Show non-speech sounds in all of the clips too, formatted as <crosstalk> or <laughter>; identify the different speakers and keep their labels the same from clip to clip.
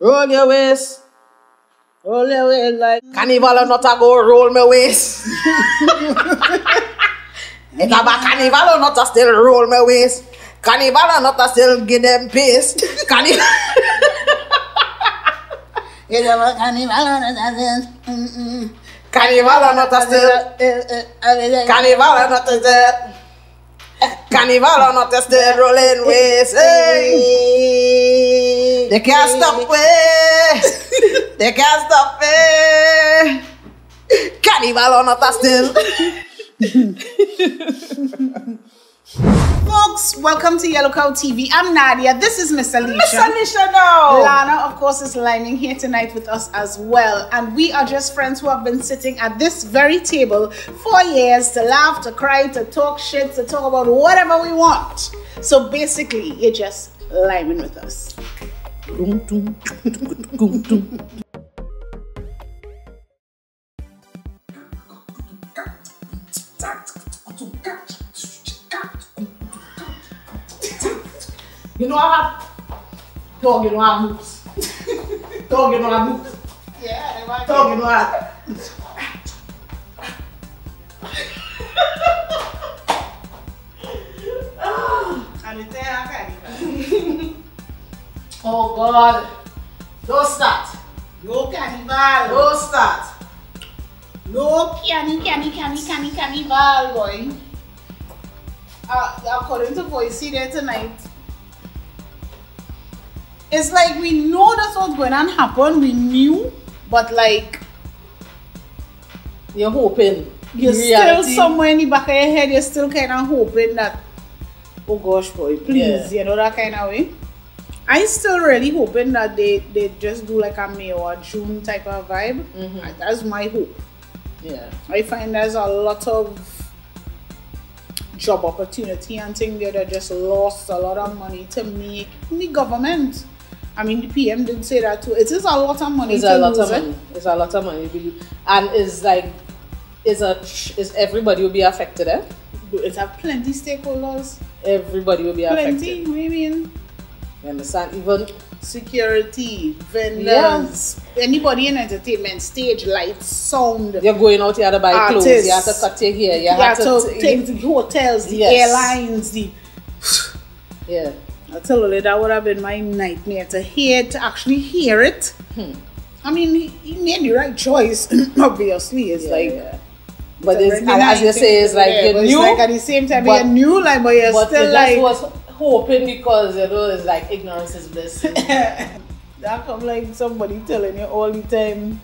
Speaker 1: Roll your waist. Roll your waist like carnival or not, I go roll my waist. It's about carnival or not, I still roll my waist. Carnival or not, I still give them peace. Carnival.
Speaker 2: It's about carnival on a thousand.
Speaker 1: <laughs> Carnival or not, I still. Carnival or not, I still. Carnival or not, I still rolling waist. Hey. They can't stop it. They can't stop it. Carnival or not, I still.
Speaker 3: Folks, welcome to Yellow Cow TV. I'm Nadia. This is Miss Alicia.
Speaker 1: Miss Anisha now.
Speaker 3: Lana, of course, is lining here tonight with us as well. And we are just friends who have been sitting at this very table for years to laugh, to cry, to talk shit, to talk about whatever we want. So basically, you're just liming with us.
Speaker 1: You know I have dog, you know I have moves. dog, you know I have moves.
Speaker 3: Yeah, they
Speaker 1: Dog, you know I have. Oh God. Don't start.
Speaker 3: No carnival.
Speaker 1: Don't start.
Speaker 3: No canny, canny, canny, canny, carnival, boy. Uh, according to Voicey there tonight, it's like we know that's what's going to happen. We knew, but like
Speaker 1: You're hoping.
Speaker 3: you're
Speaker 1: Reality.
Speaker 3: still somewhere in the back of your head. You're still kind of hoping that, oh gosh, boy, please, you know that kind of way. I still really hoping that they they just do like a May or June type of vibe.
Speaker 1: Mhm.
Speaker 3: That's my hope.
Speaker 1: Yeah.
Speaker 3: I find there's a lot of job opportunity and things there that just lost a lot of money to make in the government. I mean, the PM did say that too. It is a lot of money.
Speaker 1: It's
Speaker 3: to
Speaker 1: a lot
Speaker 3: lose
Speaker 1: of
Speaker 3: it.
Speaker 1: money. It's a lot of money, really. and it's like, it's a, tr- it's everybody will be affected. Eh?
Speaker 3: It have plenty stakeholders.
Speaker 1: Everybody will be
Speaker 3: plenty,
Speaker 1: affected.
Speaker 3: what do you mean?
Speaker 1: You understand? Even
Speaker 3: Security, vendors,
Speaker 1: Yes.
Speaker 3: anybody in entertainment, stage, lights, sound.
Speaker 1: you're going out, you had to buy clothes,
Speaker 3: Artists.
Speaker 1: you had to cut your hair, you
Speaker 3: You
Speaker 1: had
Speaker 3: have
Speaker 1: to,
Speaker 3: to take the hotels, the
Speaker 1: Yes.
Speaker 3: airlines, the
Speaker 1: yeah.
Speaker 3: I tell you, that would have been my nightmare to hear, to actually hear it. Hmm. I mean, he, he made the right choice, <clears throat> obviously. It's
Speaker 1: It's
Speaker 3: like,
Speaker 1: like, but
Speaker 3: it's a
Speaker 1: it's,
Speaker 3: very
Speaker 1: as you
Speaker 3: nice
Speaker 1: say,
Speaker 3: thing
Speaker 1: it's
Speaker 3: to
Speaker 1: like
Speaker 3: wear,
Speaker 1: you
Speaker 3: but
Speaker 1: knew,
Speaker 3: It's like at the same time,
Speaker 1: but-
Speaker 3: you're new, like, but you're
Speaker 1: but
Speaker 3: still
Speaker 1: it just
Speaker 3: like,
Speaker 1: was hoping because you know it's like ignorance is bliss.
Speaker 3: <laughs> that come like somebody telling you all the time,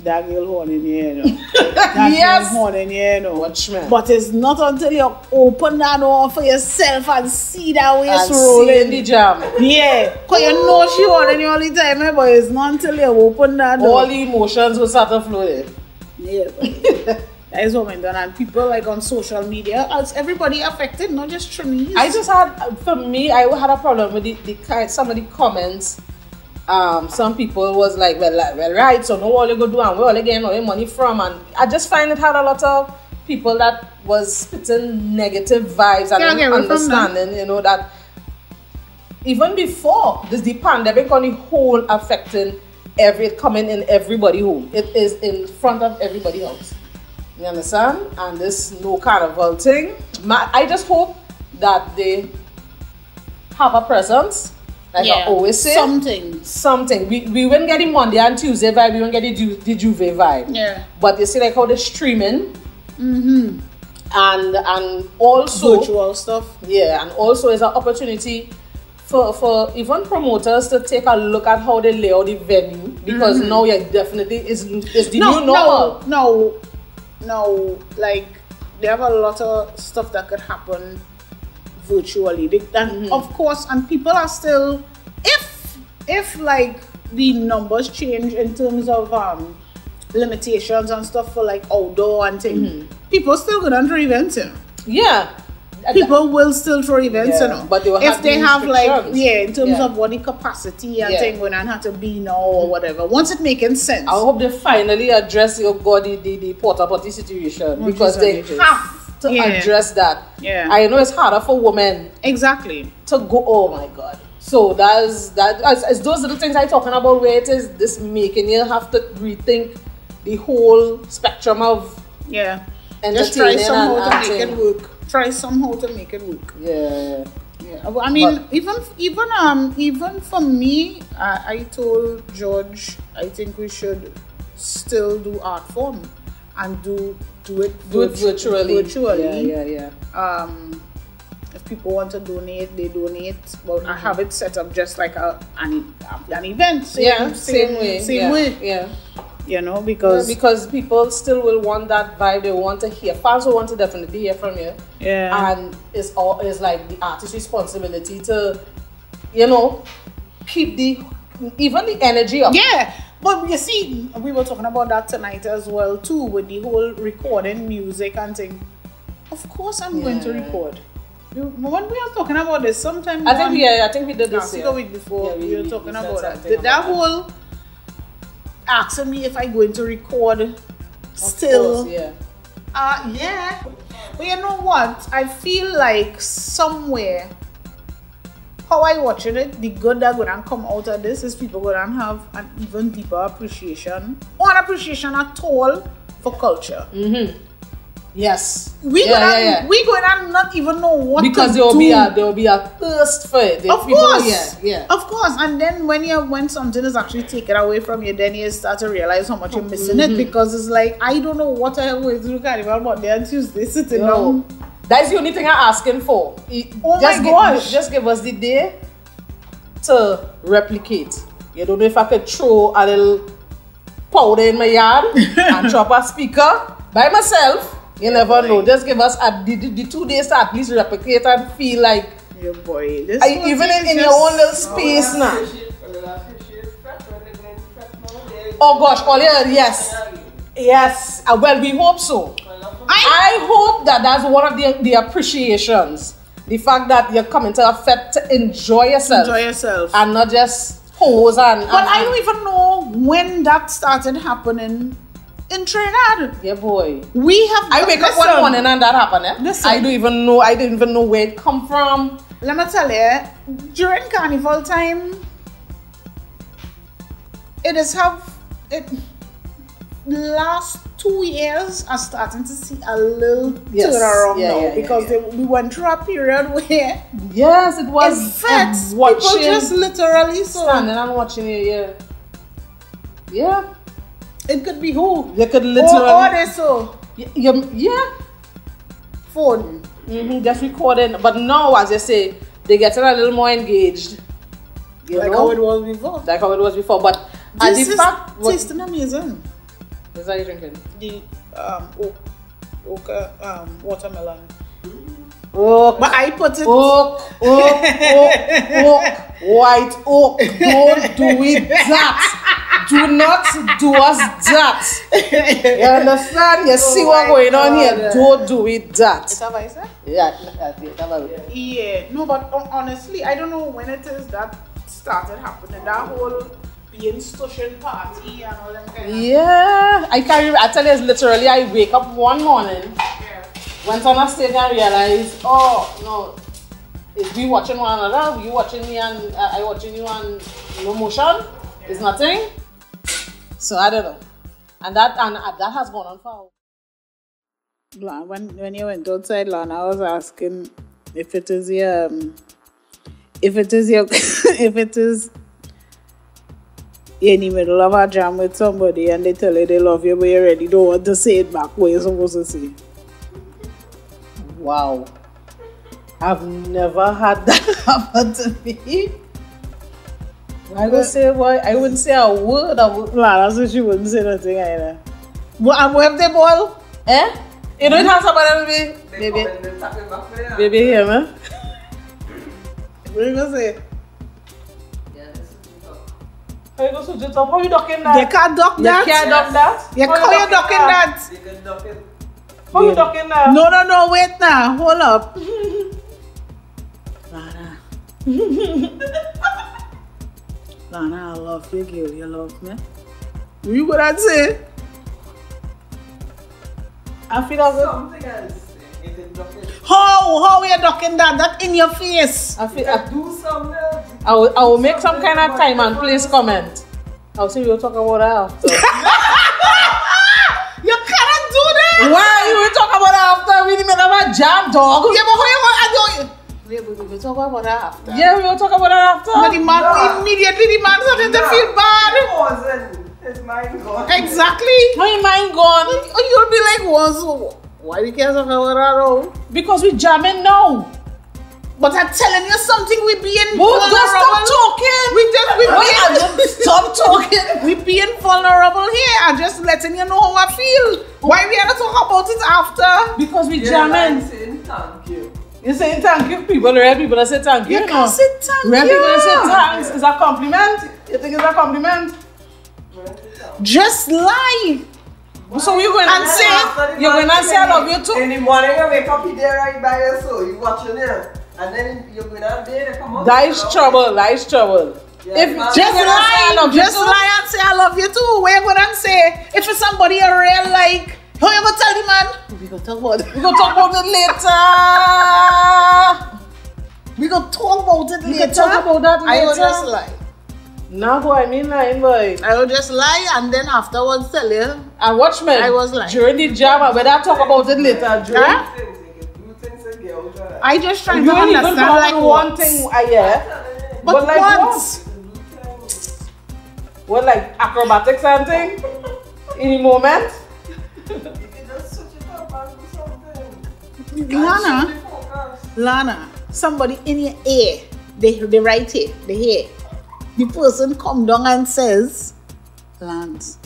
Speaker 3: that girl horn in
Speaker 1: <laughs>
Speaker 3: here, you know. That
Speaker 1: Yes.
Speaker 3: girl horn in here, you know.
Speaker 1: Watchman.
Speaker 3: But it's not until you open that door for yourself and see that
Speaker 1: and
Speaker 3: waist rolling.
Speaker 1: see in the jam,
Speaker 3: Yeah, because you know she holding you all the time, eh, but it's not until you open that door.
Speaker 1: all the emotions will start to flow in.
Speaker 3: yeah, that is what went on. And people like on social media, as everybody affected, not just Trinise.
Speaker 1: I just had, for me, I had a problem with the, the kind, some of the comments. Um, some people was like, well, like, well, right, so no, all you go do and where all you getting all your money from, and I just find it had a lot of people that was spitting negative vibes and
Speaker 3: Yeah, I get where you're from now.
Speaker 1: understanding, you know, that even before this the pandemic on the whole affecting every coming in everybody home. It is in front of everybody else. You understand? And this no carnival thing. My, I just hope that they have a presence. Like I always say.
Speaker 3: something.
Speaker 1: something. We we won't get the Monday and Tuesday vibe, we won't get the, Ju- the Juve vibe.
Speaker 3: Yeah,
Speaker 1: But you see like how they're streaming. And and also
Speaker 3: virtual stuff.
Speaker 1: yeah, and also it's an opportunity for, for even promoters to take a look at how they lay out the venue because
Speaker 4: Mm-hmm.
Speaker 1: now yeah definitely is is the
Speaker 3: no,
Speaker 1: new normal.
Speaker 3: no, no, no. Like they have a lot of stuff that could happen virtually. They, and
Speaker 1: Mm-hmm.
Speaker 3: of course, and people are still if if like the numbers change in terms of um limitations and stuff for like outdoor and thing,
Speaker 1: Mm-hmm.
Speaker 3: people still gonna throw events in.
Speaker 1: Yeah. And
Speaker 3: People will still throw events, you
Speaker 1: Yeah,
Speaker 3: know.
Speaker 1: but they will
Speaker 3: if
Speaker 1: have
Speaker 3: they
Speaker 1: the
Speaker 3: have like
Speaker 1: restrictions.
Speaker 3: yeah, in terms
Speaker 1: Yeah.
Speaker 3: of what the capacity and
Speaker 1: Yeah. Mm-hmm.
Speaker 3: thing when and how to be now or whatever. Once it making sense.
Speaker 1: I hope they finally address your God the, the, the porta potty situation
Speaker 3: Which
Speaker 1: because
Speaker 3: is
Speaker 1: they
Speaker 3: outrageous.
Speaker 1: have to
Speaker 3: Yeah.
Speaker 1: address that.
Speaker 3: Yeah.
Speaker 1: I know it's harder for women
Speaker 3: Exactly.
Speaker 1: to go oh my god.
Speaker 4: So that's that. It's, it's those little things I'm talking about where it is this making you have to rethink the whole spectrum of
Speaker 3: Yeah. Just try
Speaker 4: entertaining
Speaker 3: somehow
Speaker 4: and
Speaker 3: to make it
Speaker 4: acting.
Speaker 3: work. Try somehow to make it work.
Speaker 4: Yeah.
Speaker 3: Yeah, well, I mean, even even um even for me, I, I told George I think we should still do art form and do do it
Speaker 4: Do it
Speaker 3: virtu-
Speaker 4: virtually.
Speaker 3: virtually.
Speaker 4: Yeah, yeah, yeah.
Speaker 3: Um, if people want to donate, they donate. But I have it set up just like a an, an event. Same,
Speaker 4: yeah, same, way.
Speaker 3: Same
Speaker 4: yeah,
Speaker 3: way.
Speaker 4: Yeah.
Speaker 3: You know
Speaker 4: Yeah,
Speaker 3: because
Speaker 4: because people still will want that vibe. They want to hear. Fans will want to definitely hear from you.
Speaker 3: yeah
Speaker 4: And it's all it's like the artist's responsibility to, you know, keep the even the energy up.
Speaker 3: yeah. But you see, we were talking about that tonight as well too with the whole recording music and thing. Of course, I'm going to
Speaker 4: Yeah.
Speaker 3: record. You- When we are talking about this, sometime
Speaker 4: I think
Speaker 3: one-
Speaker 4: we yeah, I think we did this
Speaker 3: last week
Speaker 4: year.
Speaker 3: or week before
Speaker 4: Yeah,
Speaker 3: we,
Speaker 4: we-
Speaker 3: were
Speaker 4: we-
Speaker 3: talking
Speaker 4: we said
Speaker 3: about that.
Speaker 4: something
Speaker 3: That,
Speaker 4: about
Speaker 3: whole asking me if I'm going to record
Speaker 4: Of
Speaker 3: still.
Speaker 4: course, yeah.
Speaker 3: Uh, yeah. But you know what? I feel like somewhere, how I watching it, the good that gonna come out of this is people gonna have an even deeper appreciation or an appreciation at all for culture.
Speaker 4: Yes.
Speaker 3: We
Speaker 4: Mm. yeah,
Speaker 3: gonna
Speaker 4: yeah, yeah.
Speaker 3: we gonna not even know what
Speaker 4: because
Speaker 3: to
Speaker 4: there will
Speaker 3: do.
Speaker 4: be a there will be a thirst for it. There-
Speaker 3: Of
Speaker 4: people-
Speaker 3: course,
Speaker 4: Yeah, yeah.
Speaker 3: Of course, and then when you when something is actually taken away from you, then you start to realize how much you're missing it
Speaker 4: Mm-hmm.
Speaker 3: because it's like I don't know what I always do carnival Monday and Tuesday sitting
Speaker 4: No.
Speaker 3: down.
Speaker 4: That's the only thing I'm asking for. I-
Speaker 3: Oh
Speaker 4: just
Speaker 3: my
Speaker 4: give,
Speaker 3: gosh.
Speaker 4: Just give us the day to replicate. You don't know if I could throw a little powder in
Speaker 3: <laughs>
Speaker 4: my yard and chop a speaker by myself. You never know. Just give us a, the, the, the two days to at least replicate and feel like
Speaker 3: Yeah, boy, this
Speaker 4: I,
Speaker 3: was
Speaker 4: even in, in your
Speaker 3: just-
Speaker 4: own little space now. Oh
Speaker 5: Oh
Speaker 4: gosh, oh yeah, yes. Yes. Uh, well, we hope so.
Speaker 3: I
Speaker 4: I hope that that's one of the, the appreciations. The fact that you're coming to a fete to enjoy yourself
Speaker 3: enjoy yourself.
Speaker 4: and not just pose and.
Speaker 3: but
Speaker 4: and-
Speaker 3: I don't even know when that started happening in Trinidad.
Speaker 4: Yeah, boy.
Speaker 3: We have
Speaker 4: I wake up one
Speaker 3: listen,
Speaker 4: morning and that happened. Eh?
Speaker 3: Listen.
Speaker 4: I don't even know. I didn't even know where it come from.
Speaker 3: Let me tell you, during carnival time, it is have it last two years are starting to see a little
Speaker 4: Yes.
Speaker 3: turnaround
Speaker 4: Yeah,
Speaker 3: now
Speaker 4: yeah, yeah,
Speaker 3: because
Speaker 4: yeah.
Speaker 3: They, we went through a period where
Speaker 4: Yes, it was.
Speaker 3: in fact
Speaker 4: I'm
Speaker 3: people
Speaker 4: watching,
Speaker 3: just literally so
Speaker 4: standing and watching it. Yeah. э, Yeah.
Speaker 3: it could be who
Speaker 4: You could
Speaker 3: or, or
Speaker 4: literally.
Speaker 3: they so
Speaker 4: Y- you- yeah.
Speaker 3: phone
Speaker 4: hmm just recording. But now, as I say, they're getting a little more engaged. You
Speaker 3: like
Speaker 4: know?
Speaker 3: how it was before.
Speaker 4: like how it was before. But at
Speaker 3: This
Speaker 4: Uh, the
Speaker 3: is
Speaker 4: fact, what is
Speaker 3: tasting amazing.
Speaker 4: that you drinking?
Speaker 3: The um oak, oak uh, um watermelon.
Speaker 4: Oak,
Speaker 3: But I put it
Speaker 4: oak, oak, oak, oak, white oak. Don't do it that. Do not do us that. You
Speaker 3: <laughs>
Speaker 4: understand? You see what
Speaker 3: Oh my
Speaker 4: going on
Speaker 3: God.
Speaker 4: here? Don't do it that.
Speaker 3: Is that what I said?
Speaker 4: Yeah, that's it. That's it.
Speaker 3: Yeah, no, but hon- honestly, I don't know when it is that started happening. That whole being social party and all that kind
Speaker 4: Yeah, I can't. Remember. I tell you, it's literally I wake up one morning, went on a stage and realized, oh no, is we watching one another? You watching me and uh, I watching you and no motion? It's nothing. So I don't know, and that and uh, that has gone on for. a while.
Speaker 3: of. Lana, when when you went outside, Lana, I was asking if it is your, um, if it is your, <laughs> if it is. In the middle of a jam with somebody and they tell you they love you, but you already don't want to say it back what you're supposed to say.
Speaker 4: Wow, I've never had that <laughs> happen to me. I would say why I wouldn't say a word. I would,
Speaker 3: Lana said she wouldn't say nothing either. But I'm with the ball.
Speaker 4: eh?
Speaker 3: E
Speaker 4: You don't have somebody to be, baby, baby, here, man.
Speaker 3: What are you going to say?
Speaker 4: How you go to do top? How you ducking
Speaker 3: They
Speaker 4: that?
Speaker 3: can't duck
Speaker 4: You
Speaker 3: that.
Speaker 4: can't duck that.
Speaker 3: You call you ducking that?
Speaker 4: How you ducking that?
Speaker 3: No, no, no, wait now. Hold up. Lana. Lana, I love you, girl. You love me. What you gonna say?
Speaker 4: I feel as if
Speaker 5: Something else. You can duck it.
Speaker 3: How? How you ducking that? That in your face.
Speaker 4: I feel
Speaker 5: You
Speaker 4: I,
Speaker 3: uh,
Speaker 5: can do something else.
Speaker 4: I will, I will make some kind of time and place comment. I'll say we'll talk about that after.
Speaker 3: You cannot do that.
Speaker 4: Why you will talk about that after? We didn't have a jam dog.
Speaker 3: Yeah, but wait, wait, I don't. Wait, wait, wait, we talk about that after.
Speaker 4: Yeah, we will talk about that after.
Speaker 3: But the man
Speaker 5: Yeah.
Speaker 3: immediately the man started to feel bad.
Speaker 5: Frozen. His mind gone.
Speaker 3: Exactly.
Speaker 4: My mind gone
Speaker 3: Oh, You'll be like, once, why we can't talk about that though?
Speaker 4: because we jamming now.
Speaker 3: But I'm telling you something, we being
Speaker 4: Both
Speaker 3: vulnerable.
Speaker 4: don't stop talking.
Speaker 3: We just we
Speaker 4: Why I don't
Speaker 3: being
Speaker 4: stop
Speaker 3: <laughs>
Speaker 4: talking?
Speaker 3: we being vulnerable here. I'm just letting you know how I feel. Why we had to talk about it after?
Speaker 4: Because we
Speaker 5: Yeah,
Speaker 4: jamming.
Speaker 5: I'm saying thank you.
Speaker 4: You saying thank you people, the real people that say thank you.
Speaker 3: You
Speaker 4: know.
Speaker 3: can say thank
Speaker 4: Real people that say
Speaker 3: you.
Speaker 4: thanks is a compliment. You think it's a compliment?
Speaker 3: Just lie.
Speaker 4: So you going
Speaker 3: And
Speaker 4: to
Speaker 3: say-
Speaker 4: you're going to say I love you too.
Speaker 5: In the morning, you wake up, you there right by yourself. You watching it. And then you're going out there, they come out.
Speaker 4: That is trouble. That is trouble.
Speaker 5: Yeah,
Speaker 4: if
Speaker 5: man.
Speaker 4: you
Speaker 3: Just
Speaker 4: gonna say I
Speaker 3: lie.
Speaker 4: love you
Speaker 3: Just
Speaker 4: too,
Speaker 3: lie and say I love you too. Where would I say if it's somebody you real like? Who you gonna tell the man? We gonna talk about it.
Speaker 4: we gonna talk about it later.
Speaker 3: We gonna talk about it
Speaker 4: We
Speaker 3: later.
Speaker 4: can talk about that
Speaker 3: I will just
Speaker 4: later.
Speaker 3: lie.
Speaker 4: Now who I mean lying boy.
Speaker 3: I will just lie and then afterwards tell you.
Speaker 4: And watchmen.
Speaker 3: I was like-
Speaker 4: during the jam. But I talk about it later. During
Speaker 3: Huh?
Speaker 5: Things you can do, things you get out of it.
Speaker 3: I just trying
Speaker 4: you
Speaker 3: to
Speaker 4: only
Speaker 3: understand
Speaker 4: even talk
Speaker 3: like
Speaker 4: about
Speaker 3: what?
Speaker 4: one thing a year.
Speaker 5: But
Speaker 3: But,
Speaker 4: But like what?
Speaker 3: once.
Speaker 4: Well, like acrobatics and thing. In the moment.
Speaker 5: you can just switch it up and do something.
Speaker 3: <laughs> Lana,
Speaker 5: Shift the focus.
Speaker 3: Lana, somebody in your ear, they, they right here, they hear. The person come down and says, Lance,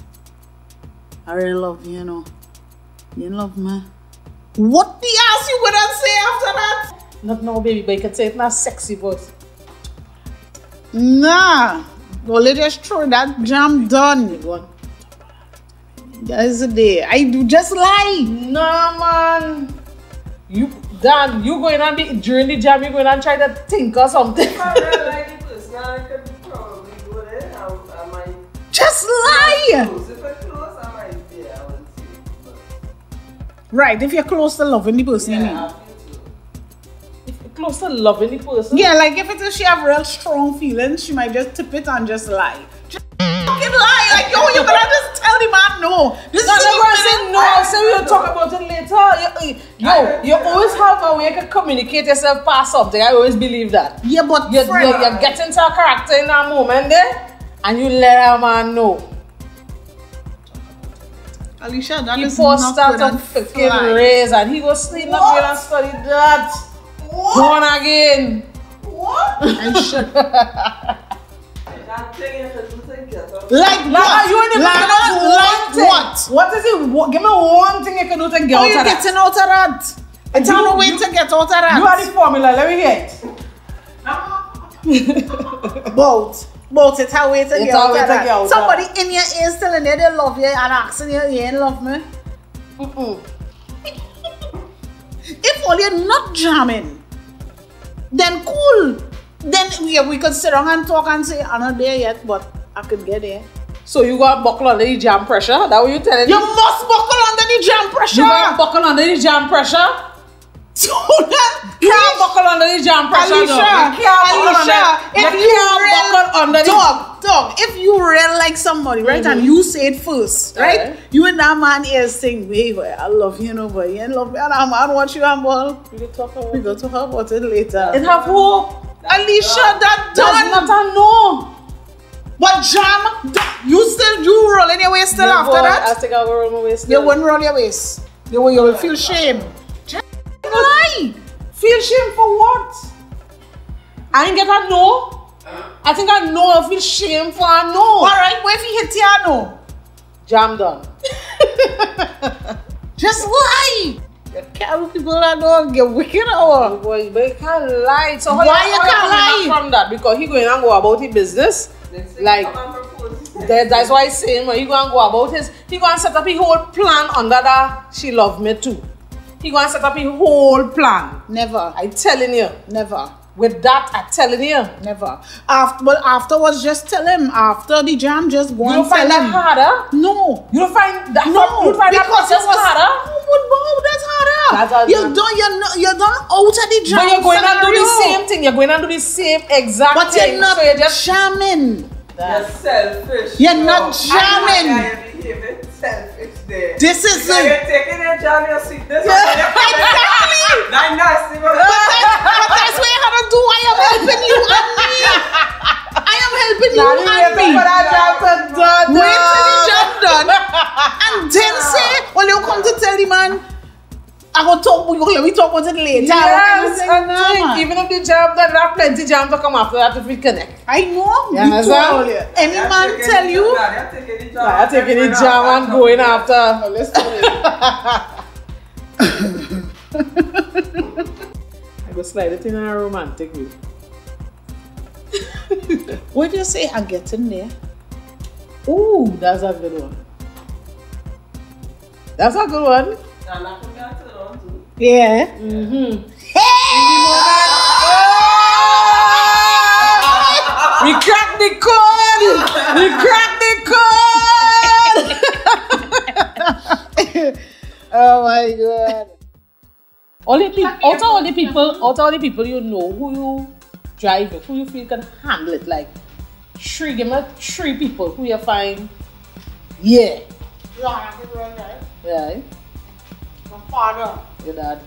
Speaker 3: I really love you, you know. You love me. What the ass you gonna say after that?
Speaker 4: Not now, baby, but you can say it in a sexy voice.
Speaker 3: Nah. Well, let us throw that jam done.
Speaker 4: One.
Speaker 3: That's the day. I do just lie.
Speaker 4: Nah, man. You, Dan, you going on the, during the jam, you going and try to think or something.
Speaker 5: I really like the person. I could probably go there. I, I might
Speaker 3: <laughs> Just lie.
Speaker 5: close. If I close, I might be there. I will see. But
Speaker 3: Right, if you're close to loving the person, you mean.
Speaker 5: I feel too.
Speaker 4: If you're close to loving the person.
Speaker 3: Yeah, like if it's if she have real strong feelings, she might just tip it and just lie. Just fucking lie. Like, yo, you better just tell the man no. This
Speaker 4: No,
Speaker 3: is
Speaker 4: no,
Speaker 3: your
Speaker 4: I say
Speaker 3: feeling.
Speaker 4: no. I say we'll talk about it later. You- Yo, you always have a way you can communicate yourself past something. I always believe that.
Speaker 3: Yeah, but
Speaker 4: You're,
Speaker 3: friend,
Speaker 4: you're, you're getting to a character in that moment there, and you let a man know.
Speaker 3: Alicia, that
Speaker 4: He
Speaker 3: is
Speaker 4: forced
Speaker 3: not good
Speaker 4: start to
Speaker 3: and
Speaker 4: fucking
Speaker 3: fly.
Speaker 4: raise, and he was sleep up here and study that. Born again.
Speaker 5: What?
Speaker 3: And shit.
Speaker 5: That thing is a little get up.
Speaker 3: Like
Speaker 4: <laughs> Like,
Speaker 3: what?
Speaker 4: are you in the
Speaker 3: like,
Speaker 4: middle of
Speaker 3: like
Speaker 4: one thing?
Speaker 3: what?
Speaker 4: What is it? What, give me one thing you can do to get
Speaker 3: How
Speaker 4: out
Speaker 3: you
Speaker 4: of that.
Speaker 3: getting out of that? I
Speaker 4: You-
Speaker 3: don't know way
Speaker 4: you-
Speaker 3: to get out of
Speaker 4: You are the
Speaker 3: that.
Speaker 4: formula. Let me hear it.
Speaker 3: Both. Both. It's how way to
Speaker 4: It's
Speaker 3: get
Speaker 4: how
Speaker 3: out of
Speaker 4: way to get
Speaker 3: that.
Speaker 4: out
Speaker 3: Somebody in your ears telling you they love you and asking you, you ain't love me.
Speaker 4: Mm-mm.
Speaker 3: If all you're not jamming, then cool. Then we, we could sit down and talk and say, I'm not there yet, but I could get there.
Speaker 4: So you got buckle under the jam pressure. That what you telling
Speaker 3: You
Speaker 4: me?
Speaker 3: must buckle under the jam pressure.
Speaker 4: You got buckle under the jam pressure.
Speaker 3: So that-
Speaker 4: You can't buckle under the jam pressure.
Speaker 3: Alicia,
Speaker 4: though. You can't buckle
Speaker 3: Alicia,
Speaker 4: under-
Speaker 3: if
Speaker 4: you
Speaker 3: you
Speaker 4: can't
Speaker 3: real-
Speaker 4: buckle under the
Speaker 3: dog,
Speaker 4: Mm-hmm.
Speaker 3: dog, if you real like somebody, right, and you say it first, right?
Speaker 4: Alright.
Speaker 3: You and that man is saying, "Hey, boy, I love you, no, boy, you ain't love me, and I'm out what you and ball."
Speaker 4: You can talk
Speaker 3: We
Speaker 4: about-
Speaker 3: go to her about it later.
Speaker 4: It have hope.
Speaker 3: Alicia, that
Speaker 4: That's
Speaker 3: done.
Speaker 4: not a no.
Speaker 3: What jam? d- You still you rolling your waist still after
Speaker 4: I
Speaker 3: that?
Speaker 4: think I will roll my waist.
Speaker 3: You won't roll your waist. You will, you will feel shame. Just lie.
Speaker 4: Feel shame for what? I didn't get a no. I think I know I feel shame for a no.
Speaker 3: All right, where if you hit Tiano?
Speaker 4: Jam done.
Speaker 3: <laughs> Just lie. You carry people that don't get wicked or.
Speaker 4: Boy, but you can't lie. So
Speaker 3: Why
Speaker 4: how
Speaker 3: you
Speaker 4: how
Speaker 3: can't
Speaker 4: coming
Speaker 3: lie?
Speaker 4: back From that because he going and go about his business.
Speaker 5: Next thing,
Speaker 4: Like-
Speaker 5: come and propose.
Speaker 4: That, that's why I say when he go and go about his, he go and set up his whole plan under that uh, she love me too. He go and set up his whole plan.
Speaker 3: Never.
Speaker 4: I telling you.
Speaker 3: Never.
Speaker 4: With that, I telling you.
Speaker 3: Never. After, but afterwards, just tell him. After the jam, just go
Speaker 4: You
Speaker 3: and
Speaker 4: don't
Speaker 3: tell
Speaker 4: find that
Speaker 3: him.
Speaker 4: harder?
Speaker 3: No.
Speaker 4: You don't find that
Speaker 3: No,
Speaker 4: you don't find that
Speaker 3: because
Speaker 4: process
Speaker 3: it was-
Speaker 4: harder?
Speaker 3: Oh, but wow, that's harder.
Speaker 4: That's how
Speaker 3: yeah.
Speaker 4: it
Speaker 3: You
Speaker 4: happens.
Speaker 3: don't you know you don't out at the jam.
Speaker 4: But you're going to do the
Speaker 3: scenario.
Speaker 4: same thing. You're going to do the same exact
Speaker 3: But
Speaker 4: thing.
Speaker 3: you're not
Speaker 4: so you're just
Speaker 3: jamming.
Speaker 5: You're selfish.
Speaker 3: You're
Speaker 5: yo.
Speaker 3: not jamming.
Speaker 5: I know how you're behaving selfish there.
Speaker 3: This is
Speaker 5: Now
Speaker 3: a
Speaker 5: you're taking a jam, you're sweet. This
Speaker 3: <laughs>
Speaker 5: exactly. That nasty one. <laughs>
Speaker 3: but that's what you have to do. I am helping you and me. I am helping you
Speaker 4: Now you
Speaker 3: and me.
Speaker 4: wait for that jam to done.
Speaker 3: Wait till the job done. And then say, well, you come to tell the man, I will talk, we will we talk about it later. I will
Speaker 4: Yes,
Speaker 3: say,
Speaker 4: and
Speaker 3: "Nah,
Speaker 4: think,
Speaker 3: man."
Speaker 4: even if the jam done, there are plenty jam to come after that if we connect.
Speaker 3: I know.
Speaker 4: You understand?
Speaker 3: we told. Any
Speaker 5: You're
Speaker 3: man
Speaker 5: taking
Speaker 3: tell
Speaker 5: the
Speaker 3: you,
Speaker 5: jam, you're taking the jam.
Speaker 4: I'm taking the
Speaker 5: You're
Speaker 4: jam
Speaker 5: not-
Speaker 4: and going after.
Speaker 3: let's do it.
Speaker 4: <laughs> I go slide it in a romantic way.
Speaker 3: What do you say? I'm getting there.
Speaker 4: Ooh, that's a good one. That's a good one.
Speaker 5: Nah, nah, come down to the room, too.
Speaker 3: Yeah.
Speaker 4: Mm-hmm.
Speaker 3: We cracked the code. We cracked the
Speaker 4: <laughs>
Speaker 3: code. oh my god.
Speaker 4: All the people, out of all the people, out of all the people you know, who you drive with, who you feel can handle it, like three, give me three people who you find, yeah, yeah,
Speaker 3: My father
Speaker 4: your dad.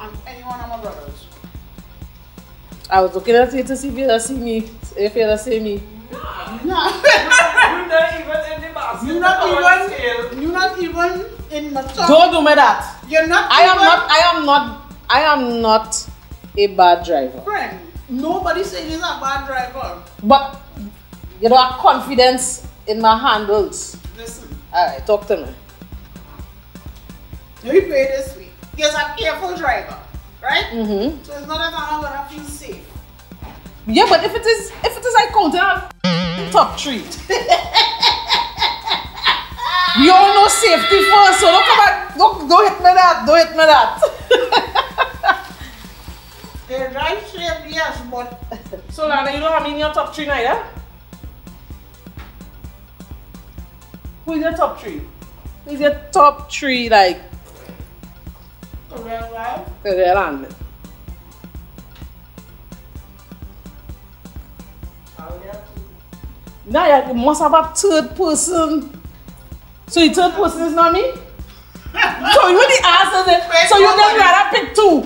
Speaker 3: and anyone of my brothers.
Speaker 4: I was looking at you to see if you see me, if you see me.
Speaker 5: <laughs> You're not even in the basket.
Speaker 3: You're not
Speaker 5: Come on, scale.
Speaker 3: even. You're not even in my top.
Speaker 4: Don't do me that.
Speaker 3: You're not.
Speaker 4: I am
Speaker 3: even
Speaker 4: not. I am not. I am not a bad driver.
Speaker 3: friend. Nobody saying he's a bad driver.
Speaker 4: But you know, I have confidence in my handles.
Speaker 3: Listen.
Speaker 4: All right, talk to me.
Speaker 3: You pay this week. He's a careful driver, right?
Speaker 4: Mm-hmm.
Speaker 3: So it's not that I'm not gonna feel safe.
Speaker 4: Yeah, but if it is, if it is, I count it <laughs> top three. you all know safety first, so don't come back. Don't, don't hit me that. <laughs> Don't hit me that.
Speaker 3: They drive safe, yes, but
Speaker 4: so, Lana, you know I'm in your top three now, yeah? Who's your top three? Who's your top three, like,
Speaker 3: career drive.
Speaker 4: career handling?
Speaker 5: Oh, yeah.
Speaker 4: Now you must have a third person. So the third person is not me? so you the answer then. So you just rather pick two.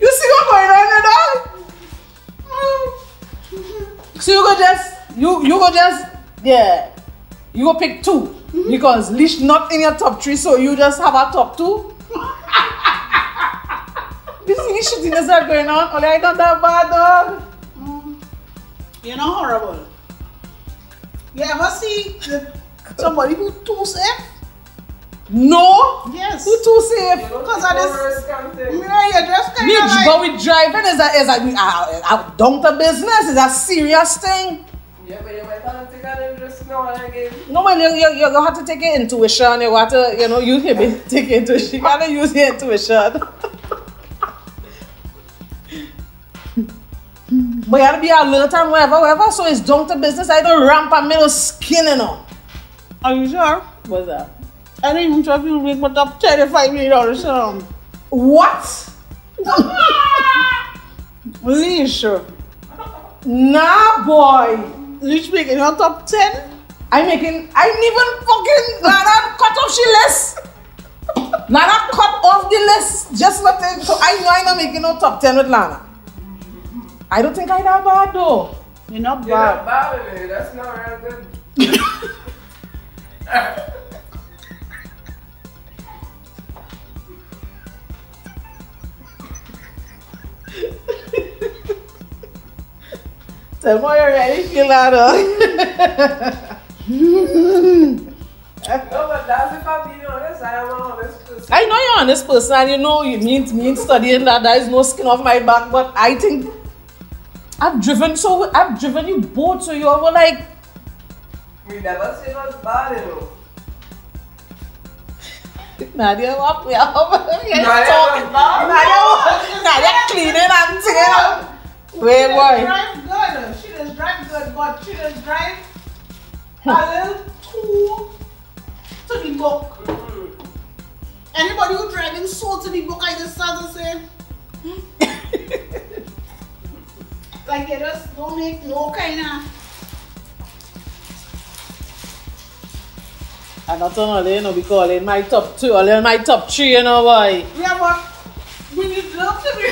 Speaker 4: you see what's going on there, dog? So you go just you you go just yeah. You go pick 2 because Leash not in your top three, so you just have a top two. this is shittiness that going on. Only I not that bad dog.
Speaker 3: You're not horrible. You ever see the- <laughs> somebody who too safe?
Speaker 4: No,
Speaker 3: Yes.
Speaker 4: who too safe?
Speaker 5: Don't
Speaker 3: Because I just- Mm.
Speaker 5: overrisk and things.
Speaker 3: Yeah, you're just kind
Speaker 4: Me,
Speaker 3: of like,
Speaker 4: but with driving is a is a, a, a don't a business is a serious thing.
Speaker 5: Yeah, but you might have to take out and risk now and again.
Speaker 4: No, when you you you have to take your intuition, you have to you know use your take your intuition. You gotta use your intuition. but you gotta be alert and whatever, whatever. So it's don't a business. I don't ramp a middle skin and all.
Speaker 3: Are you sure?
Speaker 4: What's that?
Speaker 3: I didn't even trust you with my top 35 million dollars. Um,
Speaker 4: What?
Speaker 3: leash.
Speaker 4: Nah, boy.
Speaker 3: Leash making your top 10?
Speaker 4: I'm making. I ain't even fucking. Nana cut off she list. Nana cut off the list. Just not. So I know I'm not making no top ten with Lana. I don't think I that bad though.
Speaker 3: You're not
Speaker 5: You're not
Speaker 3: bad.
Speaker 5: bothering me. That's not real good.
Speaker 4: Tell me you're ready, feel Lana.
Speaker 5: No, but that's if I'm being honest. I am an honest person.
Speaker 4: I know you're an honest person, and you know you mean mean studying that. There is no skin off my back, but I think I've driven so I've driven you both, so you were like
Speaker 5: We never
Speaker 4: assim,
Speaker 5: say what's bad, you know.
Speaker 4: Nadia up, we are <laughs> up. We are
Speaker 5: Nadia
Speaker 4: talking
Speaker 5: up.
Speaker 4: now. Nadia up. Nadia cleaning and thing up.
Speaker 3: She
Speaker 4: Wait, boy.
Speaker 3: does drive good. She does drive good, but she does drive a little the book. Anybody who dragging soul to the book, I just start to say, hmm. like you just don't make no kind of.
Speaker 4: And not only, you know, because in my top two, only in my top three, you know, why?
Speaker 3: Yeah, but we need love to be.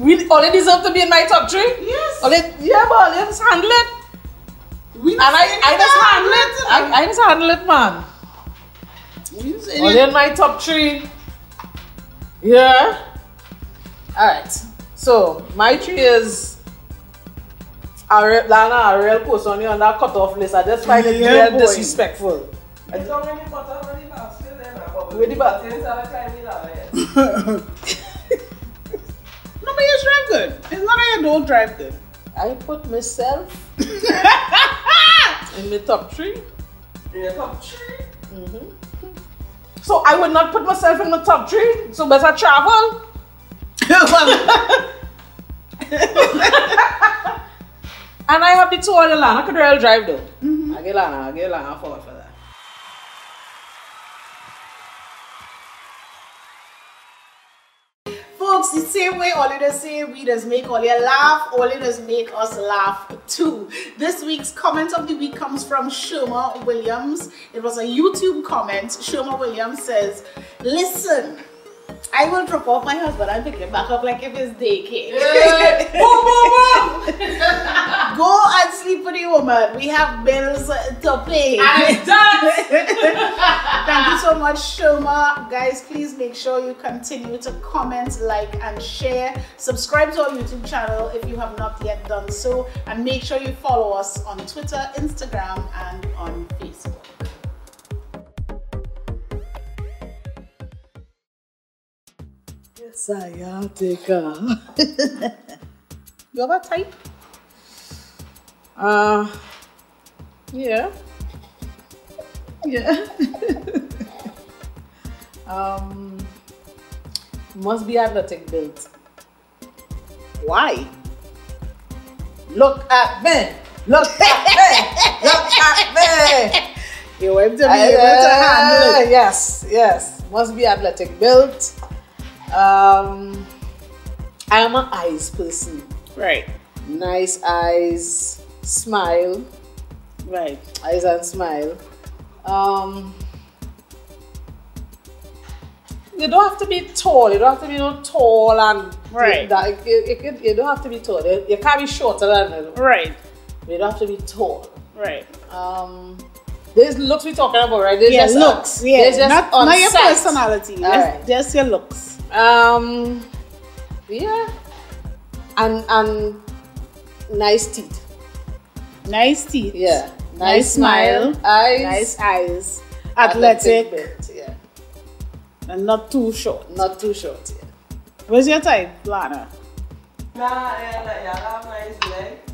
Speaker 4: We only deserve to be in my top
Speaker 3: <laughs>
Speaker 4: three?
Speaker 3: yes.
Speaker 4: Only, yeah, but only just handle it.
Speaker 3: We
Speaker 4: And I, I just handle it. I, I just handle it, man.
Speaker 3: We just
Speaker 4: Only in my top three. Yeah? Alright. So, my three is. Ariel, Lana Ariel post on you on that cutoff list. I just find it
Speaker 3: Yeah,
Speaker 4: real
Speaker 3: boy.
Speaker 4: disrespectful.
Speaker 5: It's only the butter, only the basket, then I bubble.
Speaker 4: With the basket.
Speaker 5: Things are kind
Speaker 4: né?
Speaker 5: of like that.
Speaker 3: No, but you drive good. It's not that you don't drive good.
Speaker 4: I
Speaker 3: <laughs>
Speaker 4: put myself in the top three.
Speaker 5: In your top three.
Speaker 4: So I would not put myself in the top three. So better travel. <laughs> And I have the two other Lana Cadrell drive though. I get Lana, I get Lana forward for that.
Speaker 3: Folks, the same way Ollie does say we does make Ollie laugh, Ollie does make us laugh too. This week's comment of the week comes from Shoma Williams. It was a YouTube comment. Shoma Williams says, Listen, I will drop off my husband and pick him back up like if it's daycare. <laughs> Go and sleep with the woman. We have bills to pay. Thank you so much, Shoma. Guys, please make sure you continue to comment, like, and share. Subscribe to our YouTube channel if you have not yet done so. And make sure you follow us on Twitter, Instagram, and on Facebook.
Speaker 4: Sciatica.
Speaker 3: You have a type?
Speaker 4: Uh, yeah. Yeah. <laughs> um, must be athletic built.
Speaker 3: Why?
Speaker 4: Look at me. Look at me. Look at me.
Speaker 3: You have to be
Speaker 4: I-
Speaker 3: able to handle
Speaker 4: uh, Yes, yes. Must be athletic built. Um, I am an eyes person.
Speaker 3: it. Right,
Speaker 4: Nice eyes, smile,
Speaker 3: right.
Speaker 4: eyes and smile. Um, you don't have to be tall. You don't have to be no tall and
Speaker 3: Right.
Speaker 4: That, you, you, could- you don't have to be tall. You, you can't be shorter than.
Speaker 3: Right,
Speaker 4: You don't have to be tall.
Speaker 3: right.
Speaker 4: Um, there's looks we talking about, right? There's
Speaker 3: yeah,
Speaker 4: just
Speaker 3: looks.
Speaker 4: on-
Speaker 3: Yeah,
Speaker 4: there's just
Speaker 3: not,
Speaker 4: on
Speaker 3: not your
Speaker 4: sight.
Speaker 3: personality.
Speaker 4: All
Speaker 3: Just,
Speaker 4: right.
Speaker 3: just your looks.
Speaker 4: Um, yeah, and and nice teeth.
Speaker 3: Nice teeth.
Speaker 4: Yeah, nice,
Speaker 3: Nice
Speaker 4: smile,
Speaker 3: smile,
Speaker 4: eyes,
Speaker 3: Nice eyes. Athletic.
Speaker 4: build, Yeah,
Speaker 3: And not too short.
Speaker 4: not too short. Yeah.
Speaker 3: Where's your type, Lana?
Speaker 5: Nah, yeah, like, yeah, have nice legs,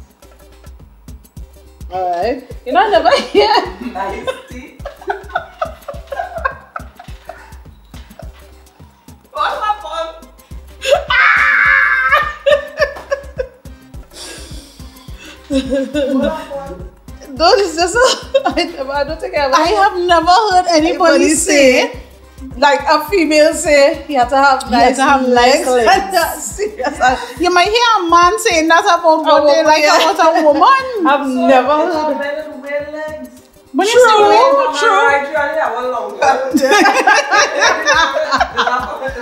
Speaker 4: All right, you know, I never <laughs> yeah.
Speaker 5: nice
Speaker 4: <laughs>
Speaker 5: teeth. What happened? What happened?
Speaker 4: No, it's just I never, I don't think I ever.
Speaker 3: I have never heard anybody
Speaker 4: Anybody
Speaker 3: say
Speaker 4: like a female say you have to have
Speaker 3: have
Speaker 4: nice
Speaker 3: to have nice
Speaker 4: legs.
Speaker 3: legs.
Speaker 4: <laughs> Serious, I-
Speaker 3: you might hear a man saying that about what they
Speaker 4: woman,
Speaker 3: like
Speaker 4: yeah.
Speaker 3: about a
Speaker 4: <laughs>
Speaker 3: woman.
Speaker 4: I've
Speaker 5: So,
Speaker 4: never
Speaker 5: it's all
Speaker 4: heard. it.
Speaker 5: men with weird legs.
Speaker 3: But
Speaker 4: True.
Speaker 3: it's
Speaker 4: Oh, true.
Speaker 5: Right, you only have one long one. Is that- is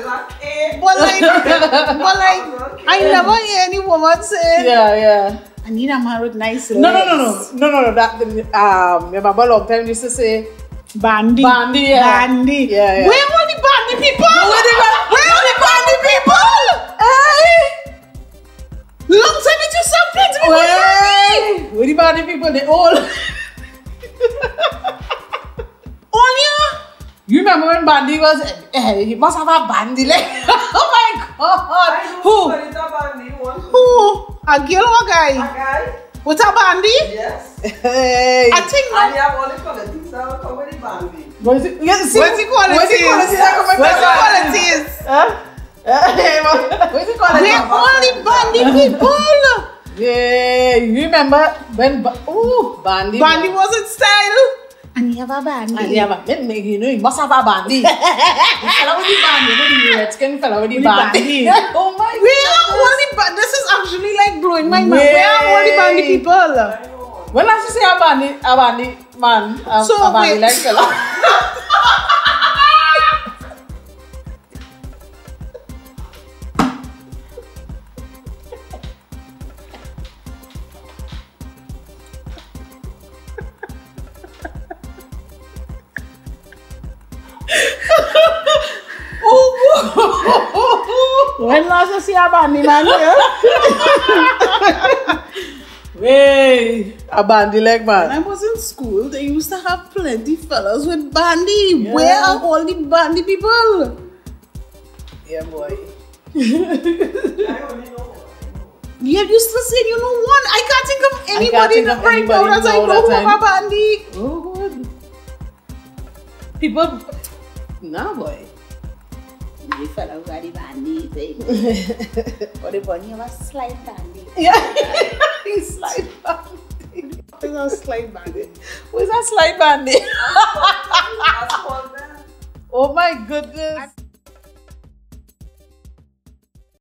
Speaker 5: that it?
Speaker 3: but like, but
Speaker 4: <laughs>
Speaker 3: like, I never hear any woman saying,
Speaker 4: Yeah, yeah.
Speaker 3: "I need a man with nice legs."
Speaker 4: No, no, no, no, no, no, no. That um, my mama long time used to say.
Speaker 3: Bandy,
Speaker 4: Bandy, yeah.
Speaker 3: bandy,
Speaker 4: Yeah, yeah.
Speaker 3: Where were the bandy people?
Speaker 4: were the ba-
Speaker 3: Where were the bandy people? Hey, long time it was something to be
Speaker 4: Hey, with the body people, they all.
Speaker 3: Onya,
Speaker 4: you remember when Bandy was? eh, Eh, he must have a bandy leg. <laughs> oh my God!
Speaker 5: Who?
Speaker 4: Who?
Speaker 5: But it's about me,
Speaker 4: um
Speaker 5: one
Speaker 3: who? A girl or a guy?
Speaker 5: guy.
Speaker 3: With a bandy?
Speaker 5: Yes.
Speaker 4: Hey.
Speaker 3: I think my
Speaker 5: And you have all the qualities that will come with the bandy.
Speaker 4: Where's it? Yes, see,
Speaker 3: Where's the quality?
Speaker 4: Where's the quality? that come from?
Speaker 3: Where's the quality is?
Speaker 4: Huh? Eh, eh, Where's the quality?
Speaker 3: We're only bandy people.
Speaker 4: Yeah, you remember when? Ba- oh, Bandy.
Speaker 3: Bandy was in style.
Speaker 2: And you have a band.
Speaker 4: And yeah, but make, you know, you must have a
Speaker 1: <laughs>
Speaker 4: bandy. the fella with the bandy, you know, the redskin fella with the
Speaker 3: With the
Speaker 4: bandy.
Speaker 3: bandy.
Speaker 4: <laughs> oh my
Speaker 3: Where are all the ba- this is actually like blowing my mind. Where are all the bandy
Speaker 4: Yay.
Speaker 3: people?
Speaker 4: When I say a bandy, a bandy man, a,
Speaker 3: So,
Speaker 4: a bandy
Speaker 3: wait.
Speaker 4: like uh, fella.
Speaker 3: When last you see a bandy man here?
Speaker 4: Hey, a bandy like
Speaker 3: When I
Speaker 4: man.
Speaker 3: was in school, they used to have plenty fellas with bandy. Where are all the bandy people?
Speaker 4: Yeah,
Speaker 3: <laughs>
Speaker 4: boy.
Speaker 5: I only know
Speaker 3: Yeah, you still saying you know one. I can't think of
Speaker 4: can't
Speaker 3: anybody
Speaker 4: think
Speaker 3: that
Speaker 4: of
Speaker 3: right now
Speaker 4: anybody
Speaker 3: that I
Speaker 4: now
Speaker 3: know who
Speaker 4: that
Speaker 3: have a bandy.
Speaker 4: Oh good. People, nah boy.
Speaker 2: You fellow got the bandy thing. But the bunny have a slight bandy.
Speaker 4: Yeah, he's slide bandit.
Speaker 3: It's a slight bandy.
Speaker 4: <laughs> Who's that slide bandit?
Speaker 5: that's one man.
Speaker 4: Oh my goodness.